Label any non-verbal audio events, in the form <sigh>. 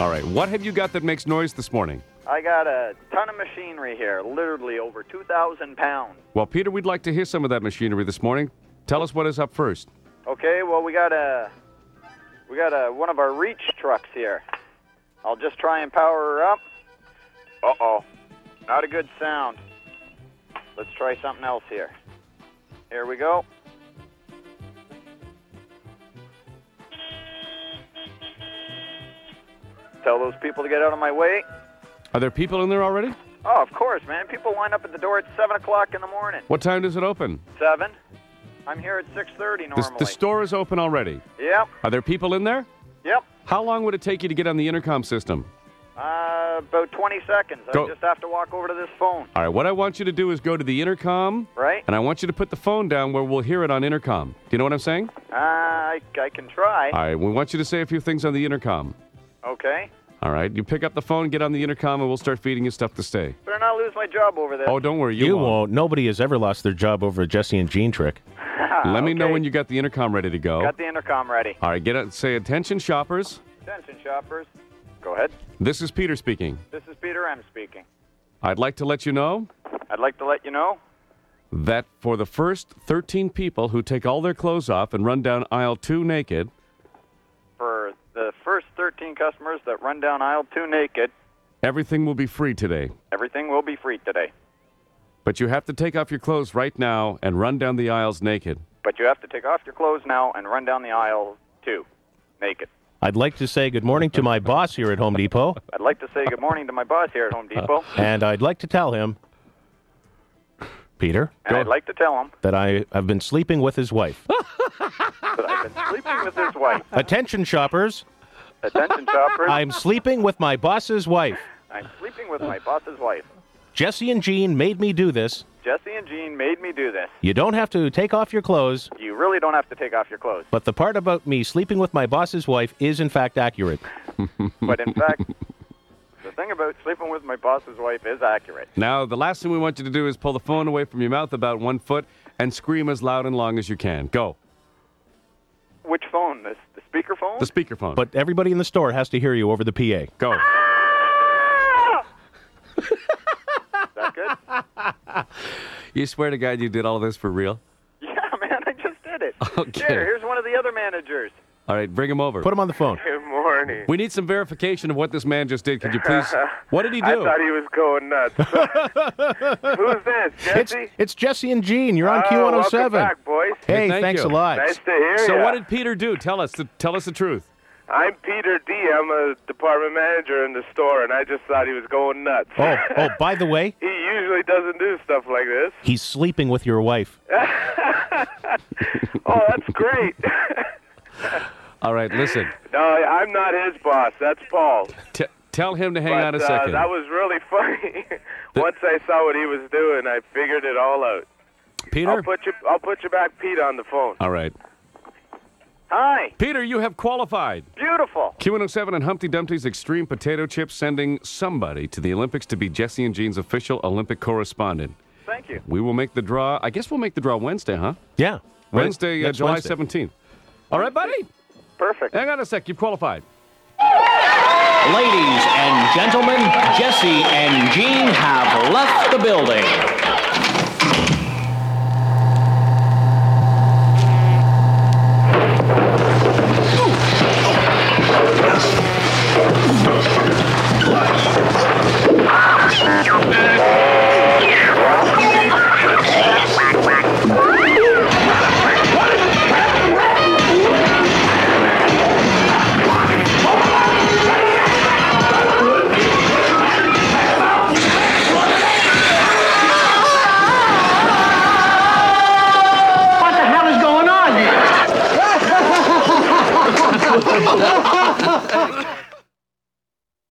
right. What have you got that makes noise this morning? I got a ton of machinery here, literally over 2,000 pounds. Well, Peter, we'd like to hear some of that machinery this morning. Tell us what is up first. Okay, well we got a we got a one of our reach trucks here. I'll just try and power her up. Uh oh, not a good sound. Let's try something else here. Here we go. Tell those people to get out of my way. Are there people in there already? Oh, of course, man. People line up at the door at seven o'clock in the morning. What time does it open? Seven. I'm here at six thirty The, normally. the store is open already. Yep. Are there people in there? Yep. How long would it take you to get on the intercom system? Uh, about 20 seconds. Go- I just have to walk over to this phone, All right, what I want you to do is go to the intercom, right? and I want you to put the phone down where we'll hear it on intercom. Do you know what I'm saying? Uh, I, I can try. All right, we want you to say a few things on the intercom. Okay. All right, you pick up the phone, get on the intercom, and we'll start feeding you stuff to stay. Better not lose my job over this. Oh, don't worry, you, You won't. Nobody has ever lost their job over a Jesse and Jean trick. Let me know Okay. when you got the intercom ready to go. Got the intercom ready. All right, get out. Say attention, shoppers. Attention, shoppers. Go ahead. This is Peter speaking. This is Peter M. speaking. I'd like to let you know I'd like to let you know. that for the first 13 people who take all their clothes off and run down aisle two naked, For the first 13 customers that run down aisle two naked, everything will be free today. everything will be free today. But you have to take off your clothes right now and run down the aisles naked. But you have to take off your clothes now and run down the aisle two naked. I'd like to say good morning to my boss here at Home Depot, I'd like to say good morning to my boss here at <laughs> Home Depot, Uh, and I'd like to tell him, Peter, and I'd like to tell him that I have been sleeping with his wife. that I've been sleeping with his wife. Attention, shoppers! Attention, shoppers. I'm sleeping with my boss's wife. I'm sleeping with my boss's wife. Jesse and Jean made me do this. Jesse and Jean made me do this. You don't have to take off your clothes, You really don't have to take off your clothes. but the part about me sleeping with my boss's wife is in fact accurate. But in fact, the thing about sleeping with my boss's wife is accurate. Now, the last thing we want you to do is pull the phone away from your mouth about one foot and scream as loud and long as you can. Go. Which phone? This the speaker phone? The speakerphone. But everybody in the store has to hear you over the PA. go. Is that good? You swear to God you did all this for real? <laughs> yeah, man, I just did it. Okay. Here, here's one of the other managers. All right, bring him over. Put him on the phone. Good morning. we need some verification of what this man just did. Could you <laughs> please? What did he I do? thought he was going nuts. Who's this, It's, Jesse? it's Jesse and Jean. You're on Oh, Q107. welcome back, boys. Hey, Hey, thank thanks you. a lot. Nice to hear so ya. what did Peter do? Tell us. The, tell us the truth. I'm Peter D. I'm a department manager in the store, and I just thought he was going nuts. Oh, oh, by the way, He usually doesn't do stuff like this. he's sleeping with your wife. Oh, that's great. <laughs> All right, listen. no, I'm not his boss. That's Paul. T- tell him to hang but, on a uh, second. that was really <laughs> funny. Once I saw what he was doing, I figured it all out. Peter. I'll put you. I'll put you back, Pete, on the phone. all right, Hi. Peter, you have qualified. Beautiful. Q107 and Humpty Dumpty's Extreme Potato Chips sending somebody to the Olympics to be Jesse and Jean's official Olympic correspondent. Thank you. We will make the draw. I guess we'll make the draw Wednesday, huh? Yeah. Wednesday, uh, Next July Wednesday. 17th. All right, buddy. Perfect. Hang on a sec. You've qualified. Ladies and gentlemen, Jesse and Jean have left the building.